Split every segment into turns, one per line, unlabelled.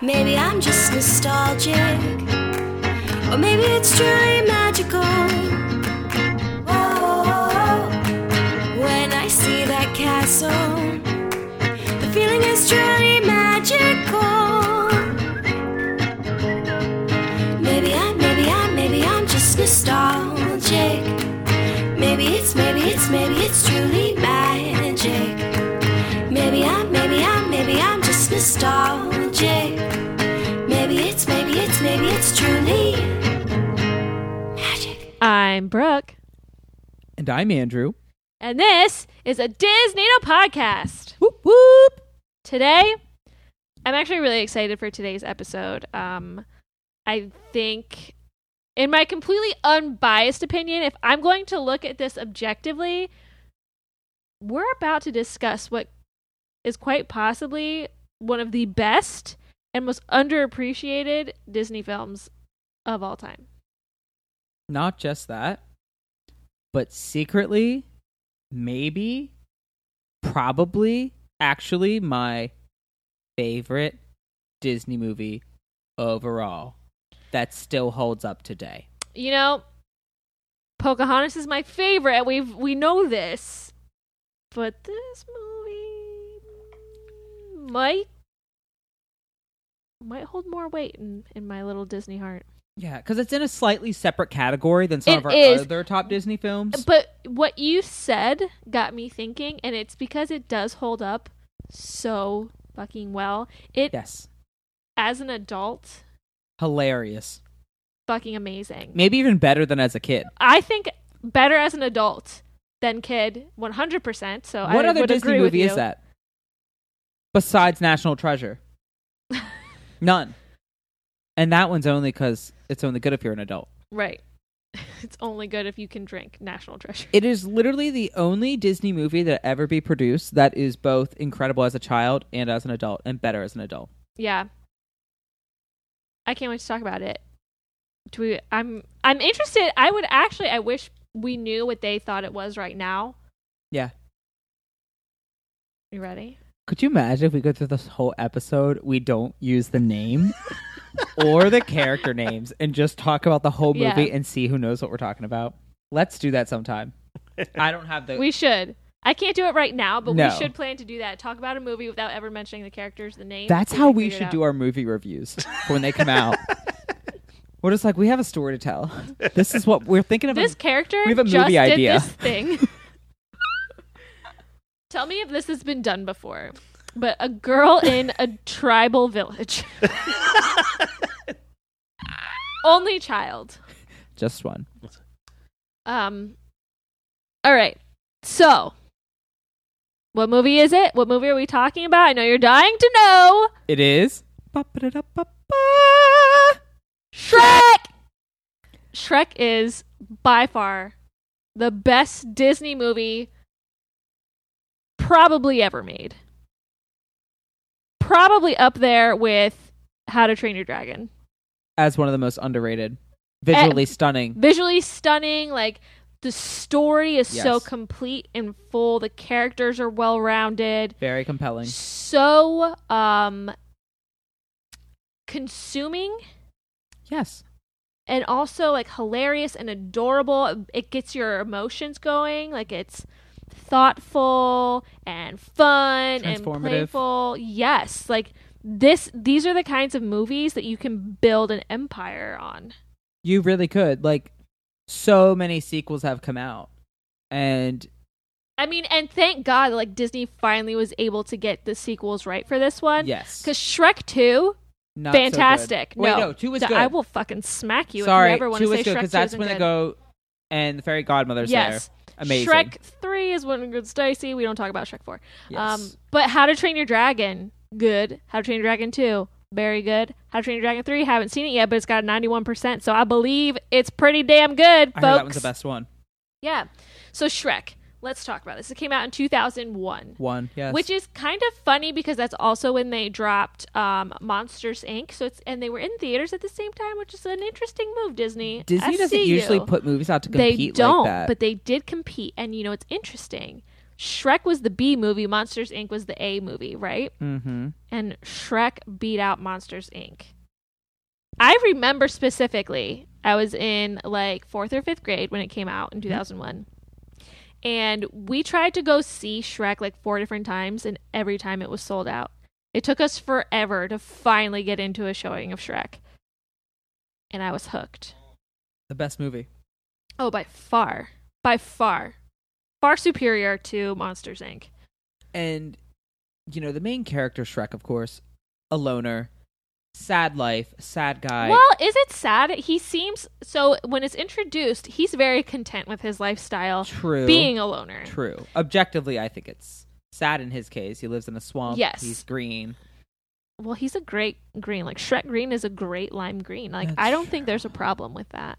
Maybe I'm just nostalgic, or maybe it's truly magical. Oh, when I see that castle, the feeling is truly magical. Maybe I'm, maybe I'm, maybe I'm just nostalgic. Maybe it's, maybe it's, maybe it's truly magic. Maybe I'm, maybe I'm, maybe I'm just nostalgic. Maybe it's, maybe it's, maybe it's truly magic.
I'm Brooke,
And I'm Andrew.
and this is a Disney podcast.
Whoop whoop.
Today, I'm actually really excited for today's episode. Um, I think, in my completely unbiased opinion, if I'm going to look at this objectively, we're about to discuss what is quite possibly one of the best and most underappreciated Disney films of all time.
Not just that, but secretly, maybe, probably, actually, my favorite Disney movie overall that still holds up today.
you know, Pocahontas is my favorite. We've we know this, but this movie might might hold more weight in, in my little Disney heart.
Yeah, because it's in a slightly separate category than some
It
of our
is.
other top Disney films.
But what you said got me thinking, and it's because it does hold up so fucking well. It
yes,
as an adult,
hilarious.
fucking amazing.
Maybe even better than as a kid.
I think better as an adult than kid, one hundred percent. So
what
I
other
would
Disney
agree with
movie is
you.
that besides National Treasure? None. And that one's only because it's only good if you're an adult.
Right. It's only good if you can drink National Treasure.
It is literally the only Disney movie that ever be produced that is both incredible as a child and as an adult, and better as an adult.
Yeah. I can't wait to talk about it. Do we I'm I'm interested. I would actually I wish we knew what they thought it was right now.
Yeah.
You ready?
Could you imagine if we go through this whole episode, we don't use the name or the character names, and just talk about the whole movie
Yeah.
and see who knows what we're talking about? Let's do that sometime. I don't have the
We should. I can't do it right now, but
Uh, No.
we should plan to do that. Talk about a movie without ever mentioning the characters, the name.
That's how we should do our movie reviews for when they come out. we're just like, we have a story to tell. This is what we're thinking of.
This character
we have a
just
movie
did
idea.
this thing. Tell me if this has been done before. But a girl in a tribal village. Only child.
just one.
Um All right. So, what movie is it? What movie are we talking about? I know you're dying to know.
It is.
Shrek. Shrek is by far the best Disney movie probably ever made. Probably up there with How to Train Your Dragon.
As one of the most underrated, visually
Eh.
stunning.
Visually stunning, like the story is so
Yes.
complete and full, the characters are well-rounded.
Very compelling.
So um consuming
Yes.
and also like hilarious and adorable. It gets your emotions going. Like it's thoughtful and fun and
Transformative.
playful. Yes, like this. These are the kinds of movies that you can build an empire on.
You really could. Like, so many sequels have come out. And
I mean, and thank God, like Disney finally was able to get the sequels right for this one.
yes.
Because Shrek Two,
Not so good.
fantastic.
Wait,
no,
no, two was
Th-
good.
I will fucking smack you
Sorry,
if you ever want
two
to
was
say
good
Shrek Two
that's
isn't
when
good.
they go and the fairy godmother's
yes,
there. Amazing.
Shrek three is when it gets dicey. We don't talk about Shrek four.
Yes.
Um, but How to Train Your Dragon, good. How to Train Your Dragon two, very good. How to Train Your Dragon three, haven't seen it yet, but it's got a ninety one percent, so I believe it's pretty damn good,
I
folks.
heard that was the best one.
Yeah. So Shrek, let's talk about this. It came out in two thousand one.
One. Yes.
Which is kind of funny because that's also when they dropped um, Monsters Inc. So it's and they were in theaters at the same time, which is an interesting move, Disney. I
Disney doesn't
see
usually
you.
put movies out to compete
they don't,
like that.
but they did compete. And you know, it's interesting. Shrek was the B movie, Monsters Inc. was the A movie, right?
mm-hmm.
and Shrek beat out Monsters Inc. I remember specifically, I was in like fourth or fifth grade when it came out
Mm-hmm.
in 2001. And we tried to go see Shrek like four different times, and every time it was sold out. It took us forever to finally get into a showing of Shrek. And I was hooked.
The best movie.
Oh, by far. By far. Far superior to Monsters Inc.
And you know, the main character Shrek, of course, a loner, sad life, sad guy.
well, is it sad? He seems so when it's introduced, he's very content with his lifestyle
True.
being a loner.
True. Objectively, I think it's sad in his case. He lives in a swamp.
Yes.
He's green.
Well, he's a great green. Like Shrek Green is a great lime green. Like
That's
I don't think
true.
there's a problem with that.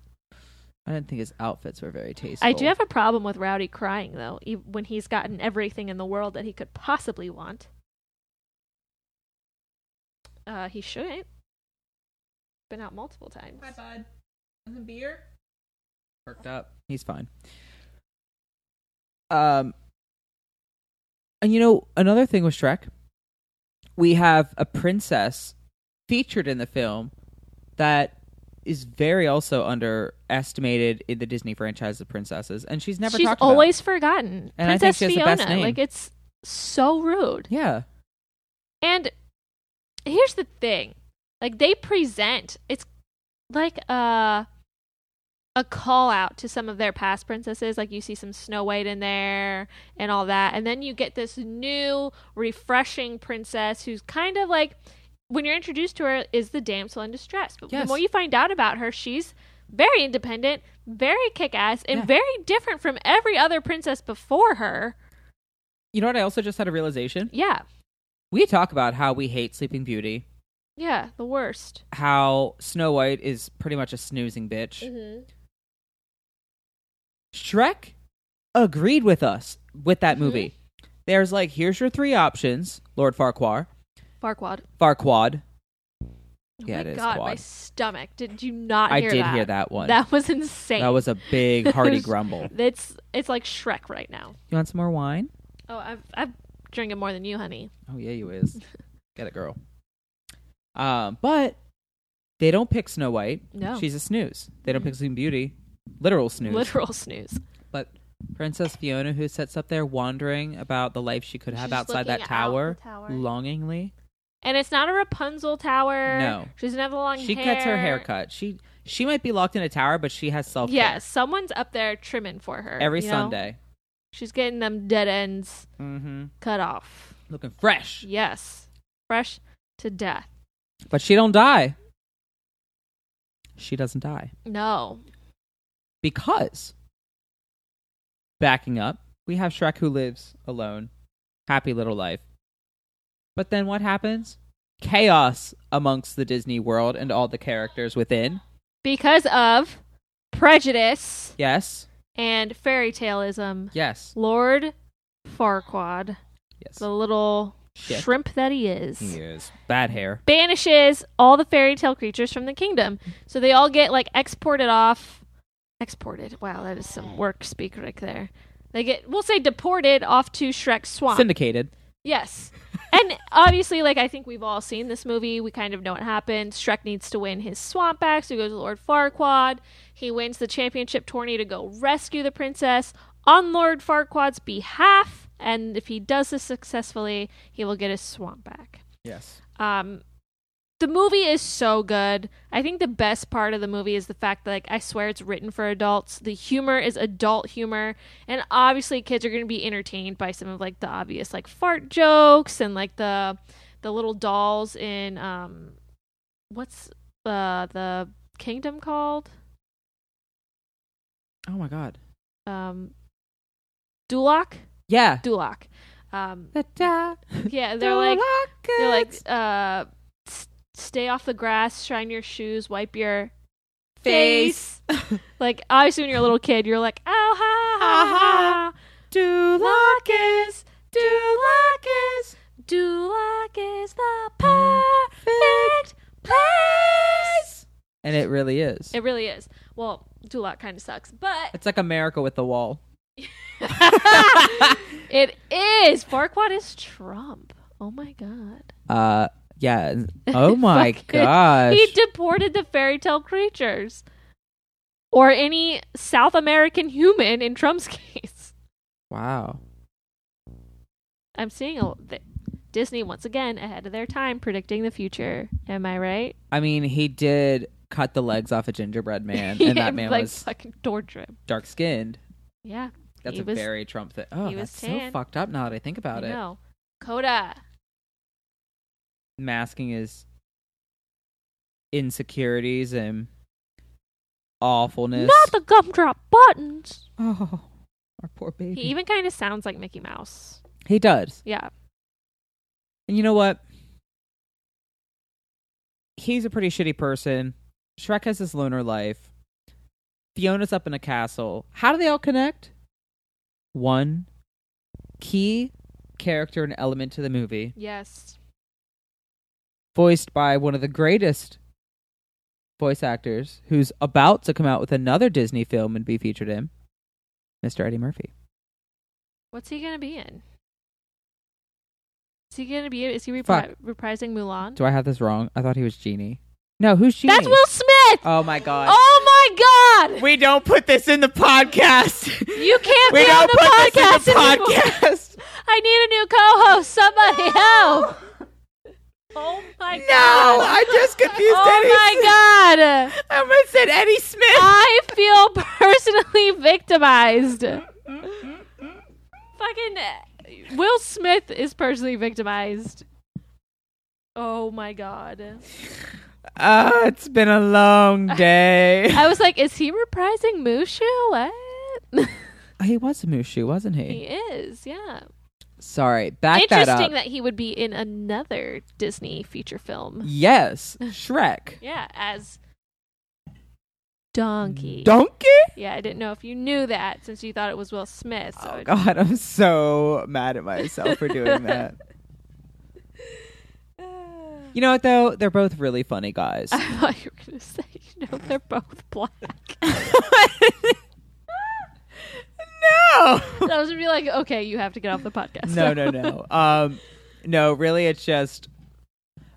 I didn't think his outfits were very tasteful.
I do have a problem with Rowdy crying though, e- when he's gotten everything in the world that he could possibly want. Uh, he shouldn't. Been out multiple times.
bud. And some beer. Perked up. He's fine. Um, and you know another thing with Shrek, we have a princess featured in the film that is very also underestimated in the Disney franchise of princesses, and she's never
She's
talked about.
always forgotten.
And I think
Princess
she has the
Fiona.
best name.
Like it's so rude.
Yeah,
And here's the thing. Like they present it's like a a call out to some of their past princesses. Like you see some Snow White in there and all that. And then you get this new refreshing princess who's kind of like when you're introduced to her is the damsel in distress. But
Yes.
the more you find out about her, she's very independent, very kick ass, and
Yeah.
very different from every other princess before her.
you know what? I also just had a realization.
Yeah.
We talk about how we hate Sleeping Beauty,
Yeah. The worst.
how Snow White is pretty much a snoozing bitch.
Mm-hmm.
Shrek agreed with us with that
Mm-hmm.
movie. There's like, here's your three options, Lord Farquhar,
Farquad.
Farquad.
Oh
Yeah,
my
it is
God, my
quad.
stomach. Did you not
I
hear
did
that?
hear that one.
That was insane.
That was a big hearty
It was-
grumble.
It's it's like Shrek right now.
You want some more wine?
Oh, I've I've drinking more than you, honey.
Oh yeah, you is. Get it, girl. Um, but they don't pick Snow White.
No. Mm-hmm.
she's a snooze. They don't pick Sleeping Beauty, literal snooze.
Literal snooze.
But Princess Fiona, who sits up there wondering about the life she could have
She's
outside that
looking out
tower,
the tower.
longingly,
And it's not a Rapunzel tower.
No.
she doesn't have the long
she
hair.
gets her hair cut. She she might be locked in a tower, but she has self
Yes,
care
someone's up there trimming for her
every
you know?
Sunday.
She's getting them dead ends
Mm-hmm.
cut off.
Looking fresh,
Yes, fresh to death.
but she don't die. She doesn't die
No,
because backing up, we have Shrek who lives alone, happy little life. But then what happens? Chaos amongst the Disney world and all the characters within.
because of prejudice
Yes.
and fairy taleism.
Yes.
Lord Farquaad,
Yes.
the little
Shit.
shrimp that he is,
Yes. Bad hair.
banishes all the fairy tale creatures from the kingdom. So they all get like exported off. Exported. Wow, that is some work speak right there. They get, we'll say, deported off to Shrek's swamp.
Syndicated.
yes. and obviously, like, I think we've all seen this movie. We kind of know what happens. Shrek needs to win his swamp back, so he goes to Lord Farquaad. He wins the championship tourney to go rescue the princess on Lord Farquaad's behalf. And if he does this successfully, he will get his swamp back.
Yes.
Um, the movie is so good. I think the best part of the movie is the fact that, like, I swear it's written for adults. The humor is adult humor, and obviously, kids are going to be entertained by some of like the obvious like fart jokes and like the the little dolls in um, what's uh, the kingdom called?
Oh my god.
Um, Duloc,
Yeah.
Duloc. Um,
Da-da.
yeah, they're like They're like,
Deluxe.
uh, s- stay off the grass, shine your shoes, wipe your
Face.
like, obviously, when you're a little kid, you're like, oh, ha, ha, ha,
Dulacus, Dulacus,
Duloc is the perfect place.
yes. And it really is.
It really is. Well, Duloc kind of sucks, but
It's like America with the wall.
it is. Farquaad is Trump. Oh my god.
Uh, yeah. and- Oh my
Fuck.
gosh.
He deported the fairy tale creatures. Or any South American human in Trump's case.
wow.
I'm seeing a th- Disney once again ahead of their time predicting the future. Am I right?
I mean, he did cut the legs off a gingerbread man, and that man
like
was
fucking torture him.
dark skinned.
Yeah.
That's
He
a
was-
very Trump thing. Oh,
he was
that's so
tan.
fucked up now that I think
I
about it.
know. Coda.
Masking his insecurities and awfulness.
Not the gumdrop buttons.
oh, our poor baby.
He even kind of sounds like Mickey Mouse.
he does.
Yeah.
And you know what? He's a pretty shitty person. Shrek has his loner life. Fiona's up in a castle. How do they all connect? One key character and element to the movie,
Yes.
voiced by one of the greatest voice actors who's about to come out with another Disney film and be featured in, Mr. Eddie Murphy.
What's he gonna be in? Is he gonna be? Is he repri-
Fuck.
reprising Mulan?
Do I have this wrong? I thought he was Genie. No, who's Genie?
That's Will Smith.
Oh my god.
Oh my God!
We don't put this in the podcast.
You can't
we
be on
don't
the
put
podcast,
this in the
anymore.
podcast.
I need a new co-host. Somebody help! Oh my
No,
God!
I just confused Eddie.
Oh my God!
I almost said Eddie Smith.
I feel personally victimized. Fucking uh, Will Smith is personally victimized. Oh my God!
Ah, it's been a long day.
I was like, is he reprising Mushu? What?
he was a Mushu, wasn't
he
he?
is, Uh, yeah.
Sorry, back that up.
Interesting that he would be in another Disney feature film.
yes, Shrek.
Yeah, as Donkey.
Donkey?
yeah, I didn't know if you knew that since you thought it was Will Smith. So
Oh
it-
god, I'm so mad at myself for doing that. You know what though? They're both really funny guys.
I thought you were going to say, you know, they're both black.
no.
I was going to be like, okay, you have to get off the podcast.
no, no, no. Um, no, really, it's just.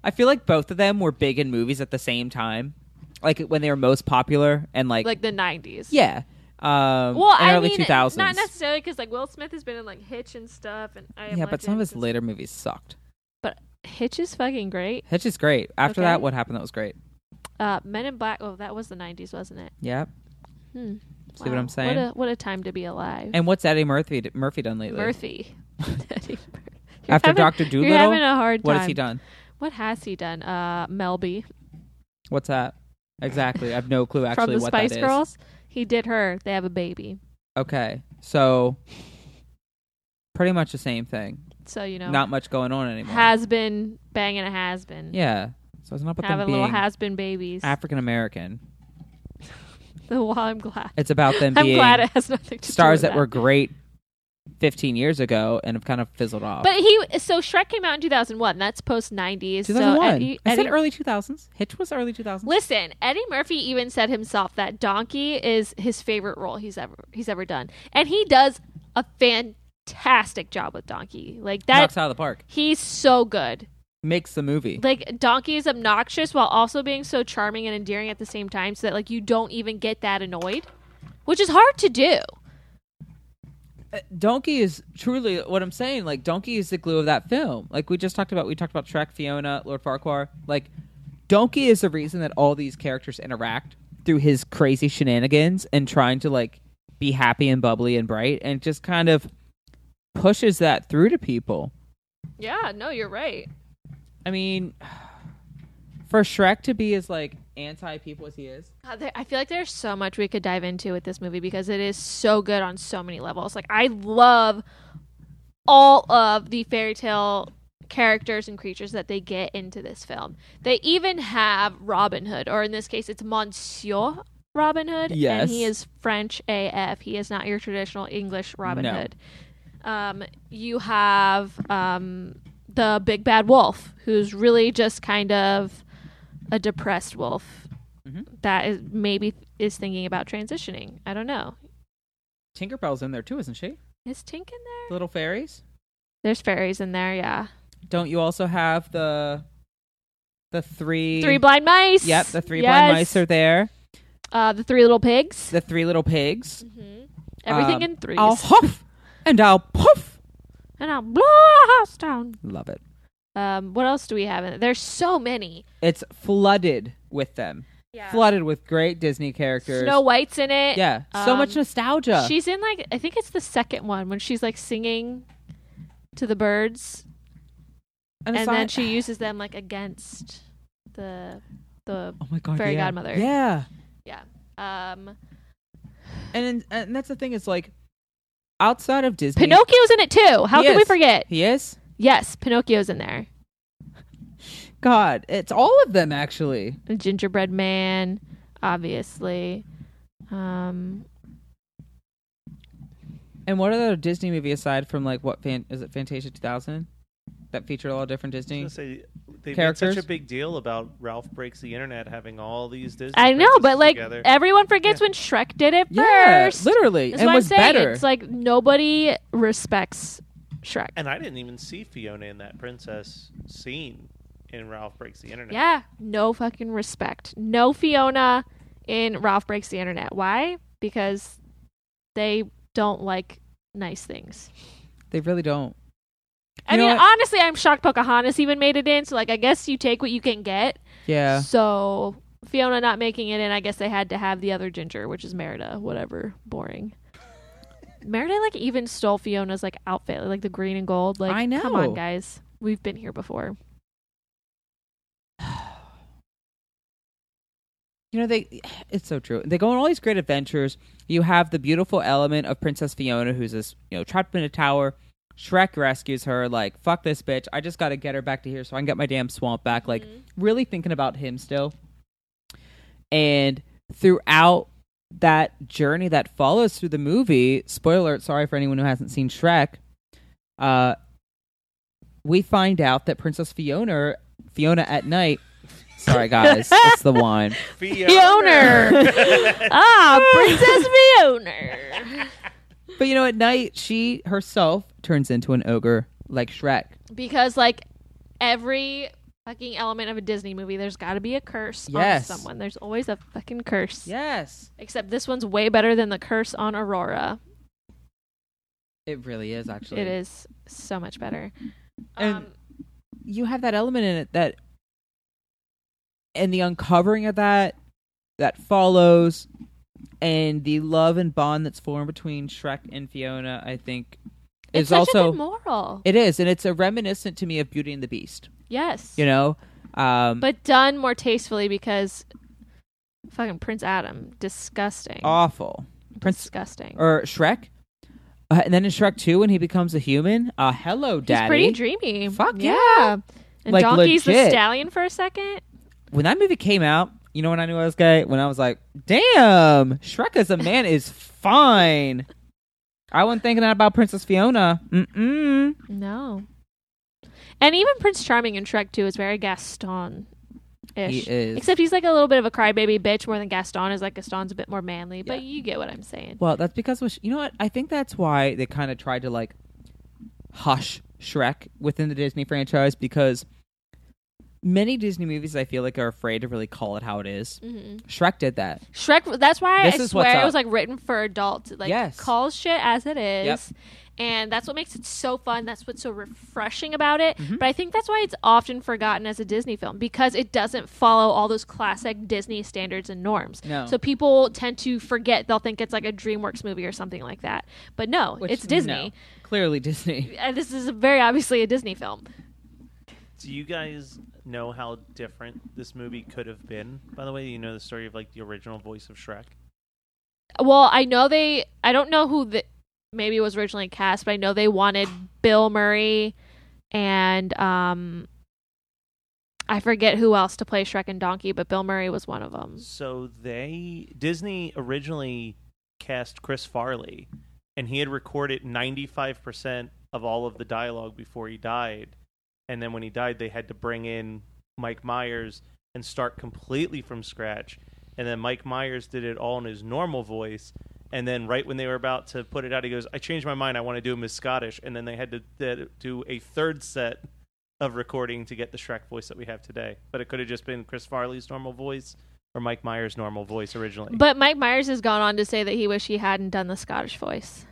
I feel like both of them were big in movies at the same time, like when they were most popular, and like,
like the 90s.
yeah, um,
Well,
and
I
early
mean,
2000s.
not necessarily because like Will Smith has been in like Hitch and stuff, and I Am
yeah, but some of
Legend
his
and-
later movies sucked.
But Hitch is fucking great.
Hitch is great. After
Okay.
that, what happened? That was great.
Uh, Men in Black. Oh, that was the '90s, wasn't it?
Yeah.
Hmm.
See what I'm saying?
What a, what a time to be alive.
And what's Eddie Murphy Murphy done lately?
Murphy. Eddie Murphy. You're
After
having-
Doctor
You're having
Doolittle,
a hard time.
what has he done?
What has he done? Uh, Melby
What's that? Exactly. I have no clue actually
from the
what
Spice
that is.
Girls. He did her. They have a baby.
Okay, so pretty much the same thing.
So you know,
Not much going on anymore.
has been banging a has been.
Yeah. So it's not about
having
them
little
being
has been babies.
African American.
So, well, I'm glad.
It's about them
I'm
being
glad it has nothing to do
stars
with
that were great 15 years ago and have kind of fizzled off.
But he so Shrek came out in 2001. That's post 90s. So uh,
2001.
Eddie,
I said
Eddie-
early 2000s. Hitch was early 2000s.
Listen, Eddie Murphy even said himself that Donkey is his favorite role he's ever he's ever done, and he does a fantastic job with Donkey. Like that,
Knocks out of the park.
he's so good.
Makes the movie.
Like Donkey is obnoxious while also being so charming and endearing at the same time, so that like you don't even get that annoyed, which is hard to do.
Donkey is truly what I'm saying. Like Donkey is the glue of that film. Like we just talked about. We talked about Shrek, Fiona, Lord Farquhar. Like Donkey is the reason that all these characters interact through his crazy shenanigans and trying to like be happy and bubbly and bright, and just kind of pushes that through to people.
Yeah, no, you're right.
I mean, for Shrek to be as like anti people as he is,
God, there, I feel like there's so much we could dive into with this movie because it is so good on so many levels. Like I love all of the fairy tale characters and creatures that they get into this film. They even have Robin Hood, or in this case, it's Monsieur Robin Hood,
Yes.
and he is French AF. He is not your traditional English Robin
No.
Hood. Um, you have um, the big bad wolf, who's really just kind of a depressed wolf
Mm-hmm.
that is maybe is thinking about transitioning. I don't know.
Tinkerbell's in there too, isn't she?
Is Tink in there?
The little fairies.
There's fairies in there, yeah.
Don't you also have the the three
Three blind mice.
Yep, the three
Yes.
blind mice are there.
Uh, the three little pigs.
The three little pigs.
hmm Everything
Um,
in 3s
I'll huff and I'll puff.
and I'll blow a house down.
Love it.
Um, what else do we have? in it? There's so many.
It's flooded with them.
Yeah.
Flooded with great Disney characters.
Snow White's in it.
yeah, so
Um,
much nostalgia.
She's in like I think it's the second one when she's like singing to the birds,
and, it's
and
not-
then she uses them like against the the
Oh my god,
fairy
yeah.
godmother.
Yeah.
um
And and that's the thing is like outside of Disney
Pinocchio's in it too. How
He
could we
is.
forget?
He is?
Yes, Pinocchio's in there.
God, it's all of them actually.
The gingerbread man, obviously. Um
And what other Disney movie aside from like what fan is it Fantasia 2000 that featured all different
I
Disney?
was gonna say they made
Characters?
such a big deal about Ralph breaks the internet having all these Disney.
I know, but
princesses
like
together.
everyone forgets when Shrek did it
Yeah,
first.
literally,
That's
and
what
was
I'm saying.
better.
It's like nobody respects Shrek.
and I didn't even see Fiona in that princess scene in Ralph breaks the internet.
Yeah, no fucking respect. No Fiona in Ralph Breaks the Internet. Why? Because they don't like nice things.
they really don't.
I
You know
mean,
what?
honestly, I'm shocked Pocahontas even made it in. So, like, I guess you take what you can get.
Yeah,
So, Fiona not making it in, I guess they had to have the other ginger, which is Merida. Whatever. Boring. Merida, like, even stole Fiona's, like, outfit, like the green and gold. Like,
I
Come
know.
on, guys. We've been here before.
you know they. It's so true. They go on all these great adventures. You have the beautiful element of Princess Fiona, who's this you know trapped in a tower. Shrek rescues her. Like fuck this bitch. I just got to get her back to here so I can get my damn swamp back. Like really thinking about him still. And throughout that journey that follows through the movie, spoiler alert, sorry for anyone who hasn't seen Shrek, uh, we find out that Princess Fiona, Fiona at night, sorry guys, it's the wine.
Fiona. ah, Princess Fiona.
But you know, at night, she herself turns into an ogre like Shrek.
Because like every fucking element of a Disney movie, there's got to be a curse
Yes.
on someone. There's always a fucking curse.
Yes.
Except this one's way better than the curse on Aurora.
It really is, actually.
It is so much better.
And-
um,
you have that element in it that and the uncovering of that that follows and the love and bond that's formed between Shrek and Fiona, I think
it's
is
such a
also
good moral.
it is, and it's a reminiscent to me of Beauty and the Beast,
yes.
you know? Um
But done more tastefully because fucking Prince Adam, disgusting.
awful. Prince
disgusting.
or Shrek. Uh, and then in Shrek 2 when he becomes a human, uh hello daddy.
He's pretty dreamy.
Fuck
And
Like,
Donkey's the
legit.
stallion for a second.
when that movie came out, you know when I knew I was gay? When I was like, damn, Shrek as a man is fine. I wasn't thinking that about Princess Fiona. Mm-mm.
No. And even Prince Charming in Shrek 2 is very Gaston ish.
He is.
Except he's like a little bit of a crybaby bitch more than Gaston is. Like Gaston's a bit more manly, but you get what I'm saying.
Well, that's because, was- you know what? I think that's why they kind of tried to like hush Shrek within the Disney franchise because many Disney movies I feel like are afraid to really call it how it is.
Mm-hmm.
Shrek did that.
Shrek, that's why
This
I
is what's
swear it
up.
was like written for adults. It, Like
Yes.
calls shit as it is. And that's what makes it so fun. That's what's so refreshing about it.
Mm-hmm.
But I think that's why it's often forgotten as a Disney film because it doesn't follow all those classic Disney standards and norms.
No.
So people tend to forget. They'll think it's like a DreamWorks movie or something like that. But no,
Which,
it's Disney.
no, clearly Disney.
Uh, This is very obviously a Disney film.
Do you guys know how different this movie could have been? By the way, you know the story of like the original voice of Shrek.
Well, I know they. I don't know who the maybe was originally cast, but I know they wanted Bill Murray and um, I forget who else to play Shrek and Donkey, but Bill Murray was one of them.
So they Disney originally cast Chris Farley, and he had recorded ninety five percent of all of the dialogue before he died. And then when he died, they had to bring in Mike Myers and start completely from scratch. And then Mike Myers did it all in his normal voice. And then right when they were about to put it out, he goes, "I changed my mind. I want to do him as Scottish." And then they had to, they had to do a third set of recording to get the Shrek voice that we have today. But it could have just been Chris Farley's normal voice or Mike Myers' normal voice originally.
But Mike Myers has gone on to say that he wished he hadn't done the Scottish voice.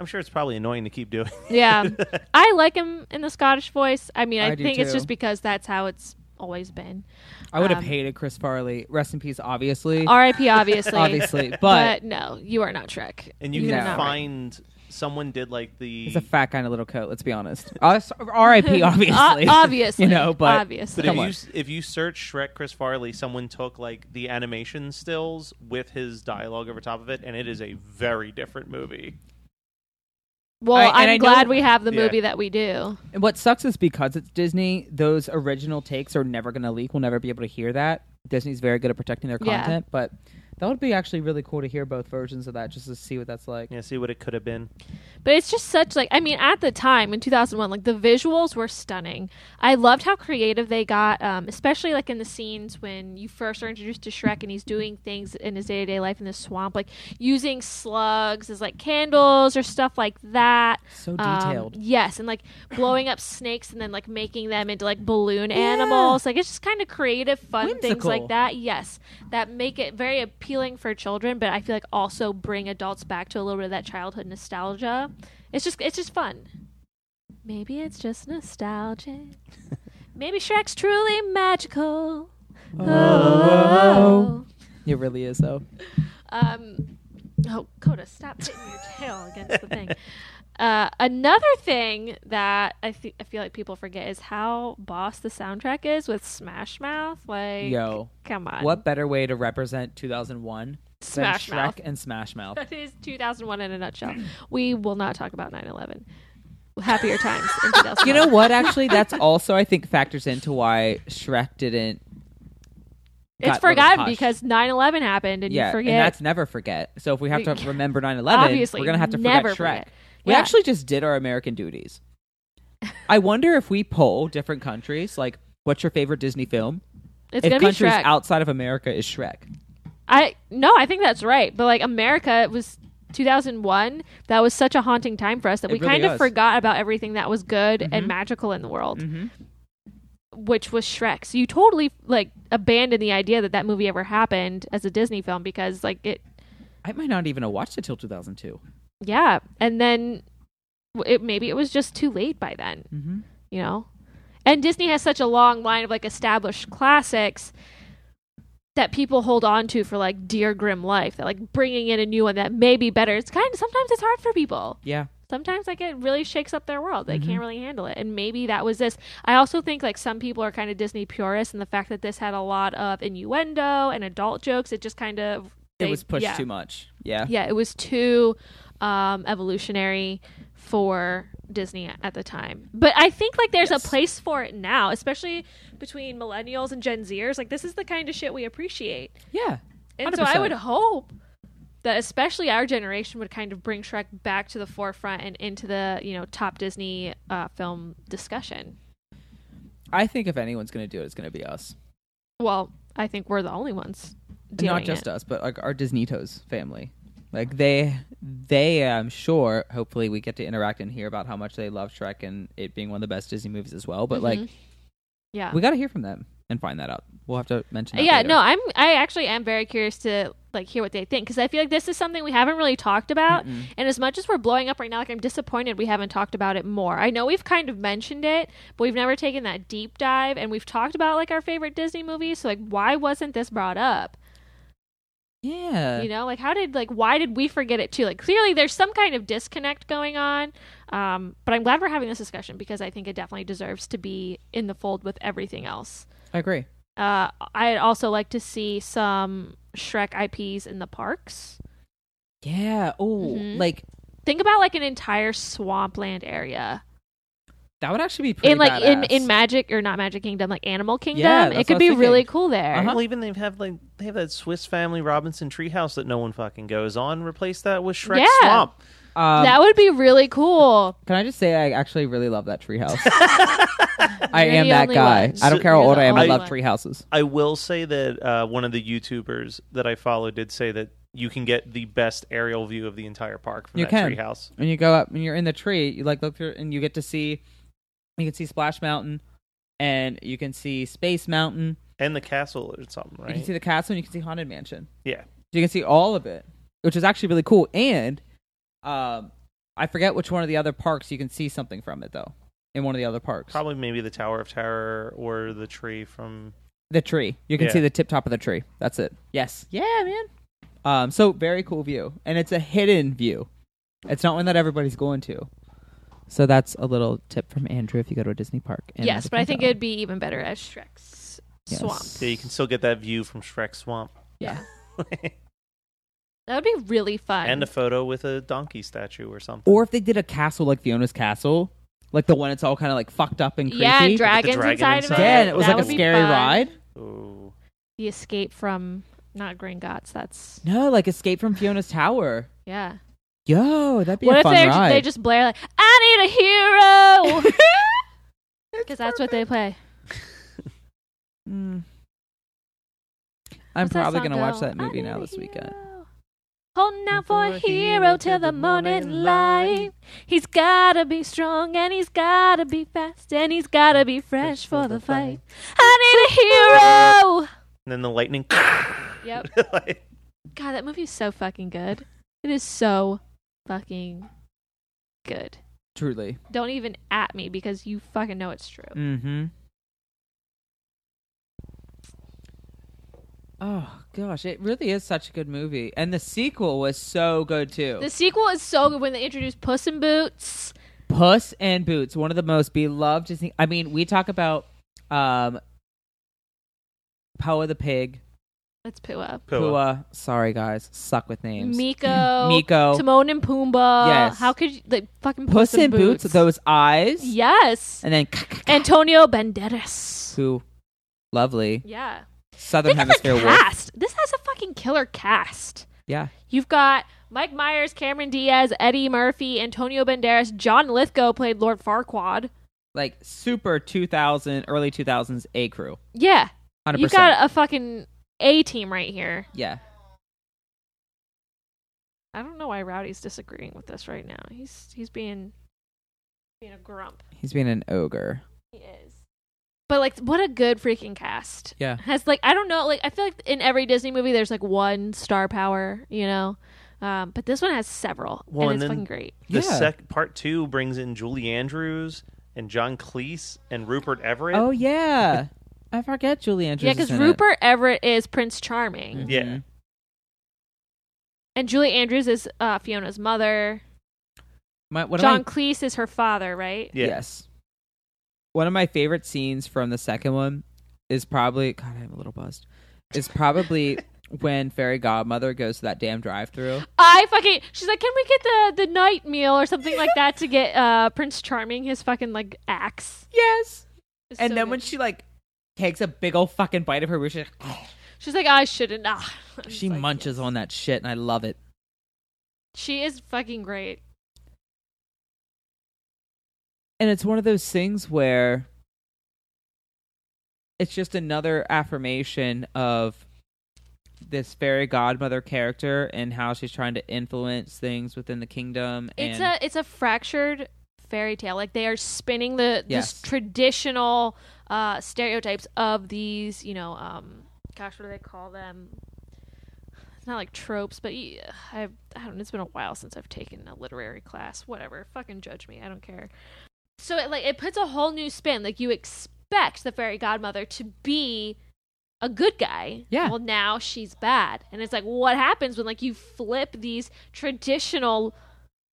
I'm sure it's probably annoying to keep doing.
Yeah. I like him in the Scottish voice. I mean, I,
I do
think it's
too.
just because that's how it's always been.
I would have
Um,
hated Chris Farley. Rest in peace, obviously.
R.I.P. Obviously.
Obviously, but,
But no, you are not Shrek.
and you
No.
can
No.
find someone did like the
it's a fat guy in a little coat. Let's be honest. Uh, so- R.I.P. Obviously,
O- obviously.
you know, but
But
obviously.
if
Come
you
on.
s- if you search Shrek Chris Farley, someone took like the animation stills with his dialogue over top of it, and it is a very different movie.
Well,
I-
I'm
and I know-
glad we have the
Yeah.
movie that we do.
And what sucks is because it's Disney, those original takes are never going to leak. We'll never be able to hear that. Disney's very good at protecting their
Yeah.
content, but that would be actually really cool to hear both versions of that just to see what that's like.
Yeah, see what it could have been.
But it's just such like I mean at the time in 2001 like the visuals were stunning. I loved how creative they got um, especially like in the scenes when you first are introduced to Shrek and he's doing things in his day-to-day life in the swamp like using slugs as like candles or stuff like that.
So
Um,
detailed.
yes, and like blowing up snakes and then like making them into like balloon animals. Like it's just kind of creative fun things
Whimsical.
like that. Yes. That make it very appealing for children, but I feel like also bring adults back to a little bit of that childhood nostalgia. It's just it's just fun. Maybe it's just nostalgia. Maybe Shrek's truly magical. Oh.
It really is, though.
Um, oh, Coda, stop hitting your tail against the thing. Uh, another thing that I, th- I feel like people forget is how boss the soundtrack is with Smash Mouth. Like,
Yo,
come on,
what better way to represent 2001
Smash
than Shrek
Mouth?
and Smash Hmm. Mouth?
That is 2001 in a nutshell. We will not talk about 9/11. Happier times in 2001.
you know what? Actually, that's also I think factors into why Shrek didn't.
it's
got little
forgotten
hush.
because 9/11 happened, and
yeah,
you forget.
and that's never forget. So if we have
We-
to remember 9/11,
Obviously,
we're gonna have to
never
forget Shrek.
forget.
We
Yeah.
actually just did our American duties. I wonder if we poll different countries, like what's your favorite Disney film?
it's
if
gonna be
countries
Shrek.
outside of America is Shrek,
I no, I think that's right. But like America it was 2001. That was such a haunting time for us that
It
we
really
kind of
was. Mm-hmm.
forgot about everything that was good and magical in the world, which was Shrek. So you totally like abandoned the idea that that movie ever happened as a Disney film because like it,
I might not even have watched it till 2002.
yeah. And then w- it maybe it was just too late by then,
Mm-hmm.
you know. And Disney has such a long line of like established classics that people hold on to for like dear grim life that like bringing in a new one that may be better it's kind of sometimes it's hard for people
Yeah,
sometimes like it really shakes up their world they
Mhm.
can't really handle it and maybe that was this i also think like some people are kind of disney purists and the fact that this had a lot of innuendo and adult jokes it just kind of
it
they-
was pushed
yeah.
too much. Yeah,
yeah it was too um evolutionary for disney at the time but i think like there's
Yes.
a place for it now especially between millennials and gen zers like this is the kind of shit we appreciate
yeah.
and so I
100%.
would hope that especially our generation would kind of bring Shrek back to the forefront and into the, you know, top Disney uh, film discussion.
I think if anyone's gonna do it, it's gonna be us,
Well, I think we're the only ones
And
doing
not just
it.
us, but like our Disneytos family. Like they, they, I'm sure. Hopefully, we get to interact and hear about how much they love Shrek and it being one of the best Disney movies as well. But like,
Mhm. yeah.
we got to hear from them and find that out. We'll have to mention. That
yeah,
later.
no, I'm I actually am very curious to like hear what they think cuz I feel like this is something we haven't really talked about and as much as we're blowing up right now like I'm disappointed we haven't talked about it more. I know we've kind of mentioned it, but we've never taken that deep dive and we've talked about like our favorite Disney movies, so like why wasn't this brought up?
Yeah.
you know like how did like why did we forget it too like clearly there's some kind of disconnect going on um, but i'm glad we're having this discussion because i think it definitely deserves to be in the fold with everything else
I agree.
uh, i'd also like to see some shrek ips in the parks
Yeah. Oh,
Mhm.
like
think about like an entire swampland area
that would actually be pretty.
in like in,
badass.
in magic or not magic kingdom like animal kingdom it
that's what I
could
was
be
thinking.
really cool there
Uh-huh.
Well, even they have like they have that Swiss Family Robinson treehouse that no one fucking goes on. Replace that with Shrek
Yeah.
Swamp.
Um,
that would be really cool
Can I just say I actually really love that treehouse. I
You're
am
the
that
only
guy.
one.
I don't care how
You're
old
the
I am. I
only
love
one.
treehouses.
I will say that uh, one of the YouTubers that I follow did say that you can get the best aerial view of the entire park from
You
that
can.
treehouse.
And you go up and you're in the tree. You like look through and you get to see You can see Splash Mountain, and you can see Space Mountain.
and the castle or something,
You can
right?
see the castle, and you can see Haunted Mansion.
yeah,
So you can see all of it, which is actually really cool. And um, I forget which one of the other parks you can see something from it though. In one of the other parks,
probably maybe the Tower of Terror or the tree from.
the tree. You can
Yeah.
see the tip top of the tree. That's it. Yes. Yeah, man. Um, so very cool view, and it's a hidden view. It's not one that everybody's going to. So that's a little tip from Andrew if you go to a Disney park. and
yes,
as a
but I think
kiddo.
it'd be even better as Shrek's
Yes.
swamp.
Yeah, you can still get that view from Shrek Swamp
Yeah.
That would be really fun.
and a photo with a donkey statue or something.
Or if they did a castle like Fiona's castle, like the one that's all kind of like fucked up and creepy.
yeah, and
dragon
dragons inside of it.
inside.
Yeah, and it was
That
like
would
a
be
scary
fun.
ride.
Ooh.
The escape from not Gringotts. That's
No, like Escape from Fiona's Tower.
yeah.
Yo, that'd be
what
a
if
fun
they
ride.
they just blare like, "I need a hero," because that's what they play.
Mm. I'm
What's that
probably
song
gonna watch
go?
that movie
"I
now
need a
this weekend.
hero. Holding out for a hero till the morning light. He's gotta be strong and he's gotta be fast and he's gotta be fresh for the fight. I need a hero.
And then the lightning.
Yep.
Like,
God, that movie is so fucking good. It is so fucking good.
Truly.
Don't even at me because you fucking know it's true.
Mm-hmm. Oh gosh, it really is such a good movie, and the sequel was so good too.
The sequel is so good when they introduce Puss in Boots.
Puss and Boots, one of the most beloved Disney. I mean, we talk about um, Poa the Pig,
Let's poo up.
Poa.
Pua. Sorry, guys, suck with names.
Miko,
Miko.
Timon and Pumbaa.
Yes.
How could you like fucking
Puss, in Boots,
Boots?
those eyes,
Yes.
and then
Antonio Banderas.
who lovely
Yeah.
Southern
Think of the
Hemisphere wolf.
cast. This has a fucking killer cast.
Yeah,
You've got Mike Myers, Cameron Diaz, Eddie Murphy, Antonio Banderas, John Lithgow played Lord Farquaad.
like super 2000, early 2000s A crew,
Yeah.
100.
You've
percent
got a fucking A team right here.
Yeah,
I don't know why Rowdy's disagreeing with this right now. He's he's being being a grump.
he's being an ogre.
He is. But like what a good freaking cast.
Yeah.
Has like I don't know, like I feel like in every Disney movie there's like one star power, you know. Um, but this one has several.
Well,
and
and
it's
then-
fucking great.
The
Yeah.
sec part two brings in Julie Andrews and John Cleese and Rupert Everett.
Oh yeah, I forget Julie Andrews.
Yeah,
is
because
in it.
Rupert Everett is Prince Charming.
Mhm.
Yeah.
And Julie Andrews is uh, Fiona's mother.
My, one of
John
my-
Cleese is her father, right?
Yeah.
Yes. One of my favorite scenes from the second one is probably God. I'm a little buzzed. Is probably when Fairy Godmother goes to that damn drive-through.
I fucking. She's like, can we get the the night meal or something like that to get uh, Prince Charming his fucking like axe?
Yes.
It's
And
so
then
good.
when she like takes a big old fucking bite of her, root, she's like,
she's like, I shouldn't. Ah. I'm just
she
like,
munches on that shit, and I love it.
She is fucking great.
and it's one of those things where it's just another affirmation of this fairy godmother character and how she's trying to influence things within the kingdom
It's
and
a it's a fractured fairy tale. Like they are spinning the
Yes.
this traditional uh, stereotypes of these. You know, um, gosh, what do they call them? It's not like tropes, but y- I've I don't. It's been a while since I've taken a literary class. Whatever, fucking judge me. I don't care. So it like it puts a whole new spin. Like you expect the fairy godmother to be a good guy.
Yeah.
Well, now she's bad, and it's like what happens when like you flip these traditional,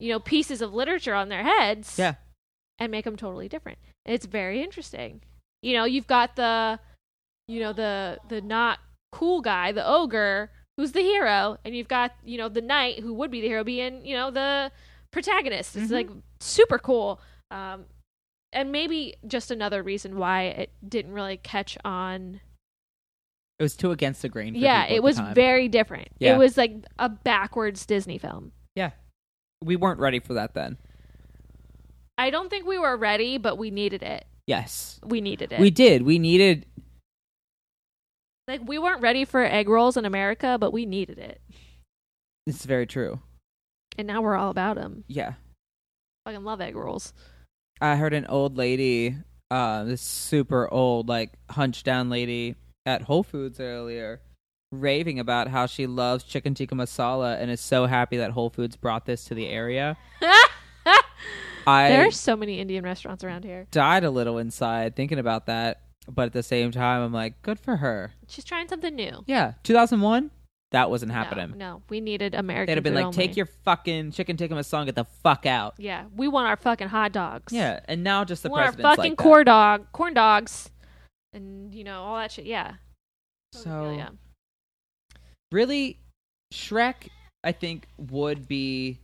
you know, pieces of literature on their heads.
Yeah.
And make them totally different. It's very interesting. You know, you've got the, you know, the the not cool guy, the ogre, who's the hero, and you've got you know the knight who would be the hero, being you know the protagonist. It's
Mhm.
like super cool. Um, and maybe just another reason why it didn't really catch on.
it was too against the grain for
yeah,
people
it
at the
was
time.
very different.
Yeah.
It was like a backwards Disney film.
we weren't ready for that then
I don't think we were ready, but we needed it.
yes
We needed it.
we did we needed
like we weren't ready for egg rolls in America, but we needed it.
it's very true
And now we're all about them.
yeah
Fucking love egg rolls.
I heard an old lady, uh, this super old, like hunched down lady at Whole Foods earlier, raving about how she loves chicken tikka masala and is so happy that Whole Foods brought this to the area. I
there are so many Indian restaurants around here.
died a little inside thinking about that, but at the same time, I'm like, good for her.
She's trying something new.
Yeah, 2001, that wasn't
No,
happening.
No, we needed American.
They'd have been
food
like,
only.
take your fucking chicken tikka masala, and get the fuck out.
Yeah, we want our fucking hot dogs.
Yeah, and now just the
we want our
president's
fucking
like that.
corn dog, corn dogs, and you know all that shit. Yeah.
So
yeah.
really, Shrek, I think, would be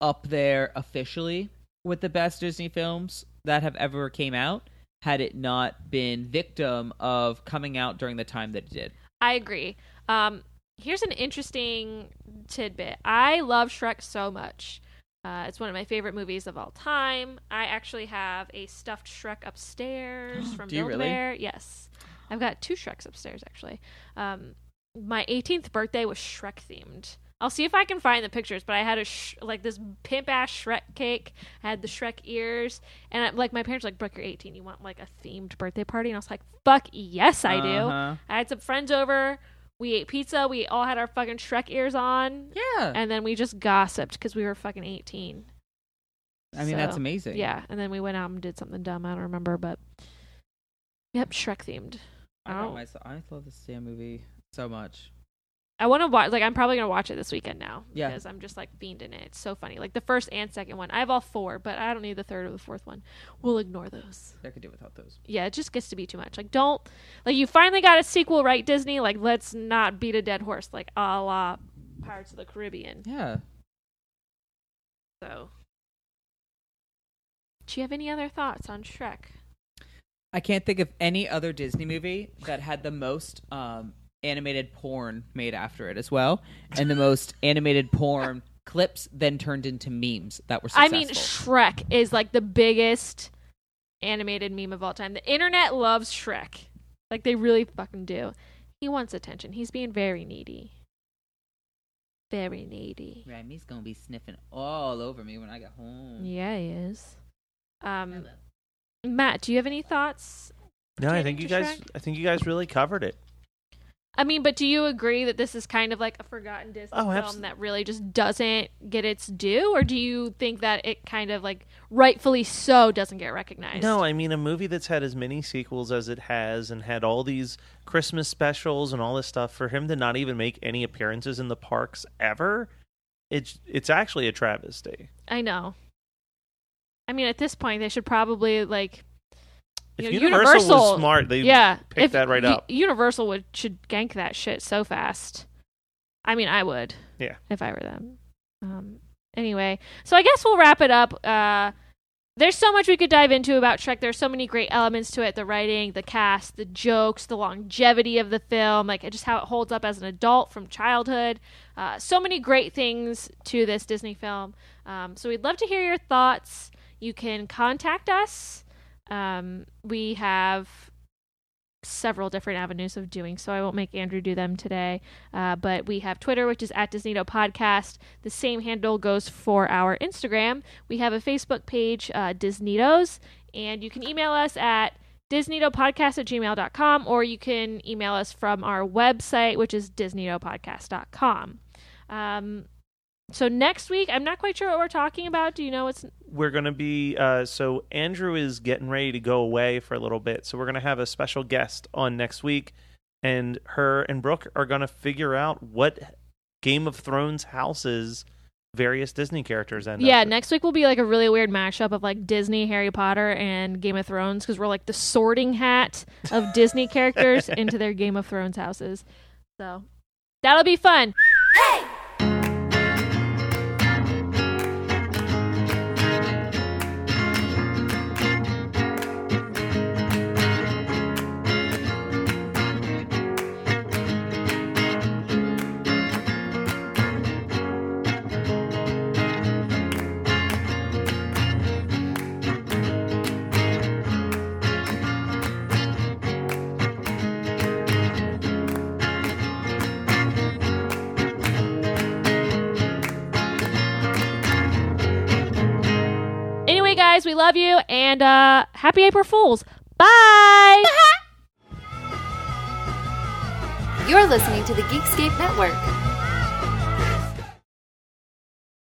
up there officially with the best Disney films that have ever came out had it not been victim of coming out during the time that it did.
I agree. Um, here's an interesting tidbit. I love Shrek so much. Uh, it's one of my favorite movies of all time. I actually have a stuffed Shrek upstairs from
Do you
Build
really?
Bear. Yes, I've got two Shreks upstairs actually. Um, my 18th birthday was Shrek themed. I'll see if I can find the pictures, but I had a sh- like this pimp ass Shrek cake. I had the Shrek ears, and I, like my parents were like, "Brooke, you're 18. You want like a themed birthday party?" And I was like, "Fuck yes, I do."
Uh-huh.
I had some friends over. We ate pizza. We all had our fucking Shrek ears on.
Yeah.
And then we just gossiped because we were fucking 18.
I mean, that's
so,
amazing.
Yeah. And then we went out and did something dumb. I don't remember, but. Yep, Shrek themed.
I, got
Oh.
myself- I love this damn movie so much.
I want to watch, like, I'm probably going to watch it this weekend now.
Yeah.
Because I'm just, like, fiending it. It's so funny. Like, the first and second one. I have all four, but I don't need the third or the fourth one. We'll ignore those.
I could do without those.
Yeah, it just gets to be too much. Like, don't, like, you finally got a sequel, right, Disney? Like, let's not beat a dead horse, like, a la Pirates of the Caribbean.
Yeah.
So, do you have any other thoughts on Shrek?
I can't think of any other Disney movie that had the most um, animated porn made after it as well, and the most animated porn clips then turned into memes that were
I
successful.
mean, Shrek is like the biggest animated meme of all time. The internet loves Shrek. Like they really fucking do. He wants attention. He's being very needy. Very needy.
Remy's gonna be sniffing all over me when I get home.
Yeah, he is. Um, Matt, do you have any thoughts?
No, I
Pertaining
think
to
you guys.
Shrek?
I think you guys really covered it.
I mean, but do you agree that this is kind of like a forgotten Disney
Oh,
film
abso-
that really just doesn't get its due, or do you think that it kind of like rightfully so doesn't get recognized?
No, I mean a movie that's had as many sequels as it has, and had all these Christmas specials and all this stuff. For him to not even make any appearances in the parks ever, it's it's actually a travesty.
I know. I mean, at this point, they should probably like.
If
you know,
Universal, was
Universal-
smart, they
yeah,
picked
if
that right
U-
up.
Universal would should gank that shit so fast. I mean, I would.
Yeah.
If I were them. Um. Anyway, so I guess we'll wrap it up. Uh, there's so much we could dive into about Shrek. There's so many great elements to it: the writing, the cast, the jokes, the longevity of the film, like just how it holds up as an adult from childhood. Uh, so many great things to this Disney film. Um, so we'd love to hear your thoughts. You can contact us. Um, we have several different avenues of doing so. I won't make Andrew do them today. Uh, but we have Twitter, which is at Disneydo Podcast. The same handle goes for our Instagram. We have a Facebook page, uh, Disneydos, and you can email us at DisneydoPodcast at gmail.com or you can email us from our website, which is DisneydoPodcast.com. Um, so next week, I'm not quite sure what we're talking about. Do you know what's
We're going to be uh, so Andrew is getting ready to go away for a little bit, so we're going to have a special guest on next week, and her and Brooke are going to figure out what Game of Thrones houses various Disney characters end
Yeah,
up. in.
next week will be like a really weird mashup of like Disney, Harry Potter, and Game of Thrones because we're like the sorting hat of Disney characters into their Game of Thrones houses. So that'll be fun. We love you. And uh, happy April Fools. Bye.
You're listening to the Geekscape Network.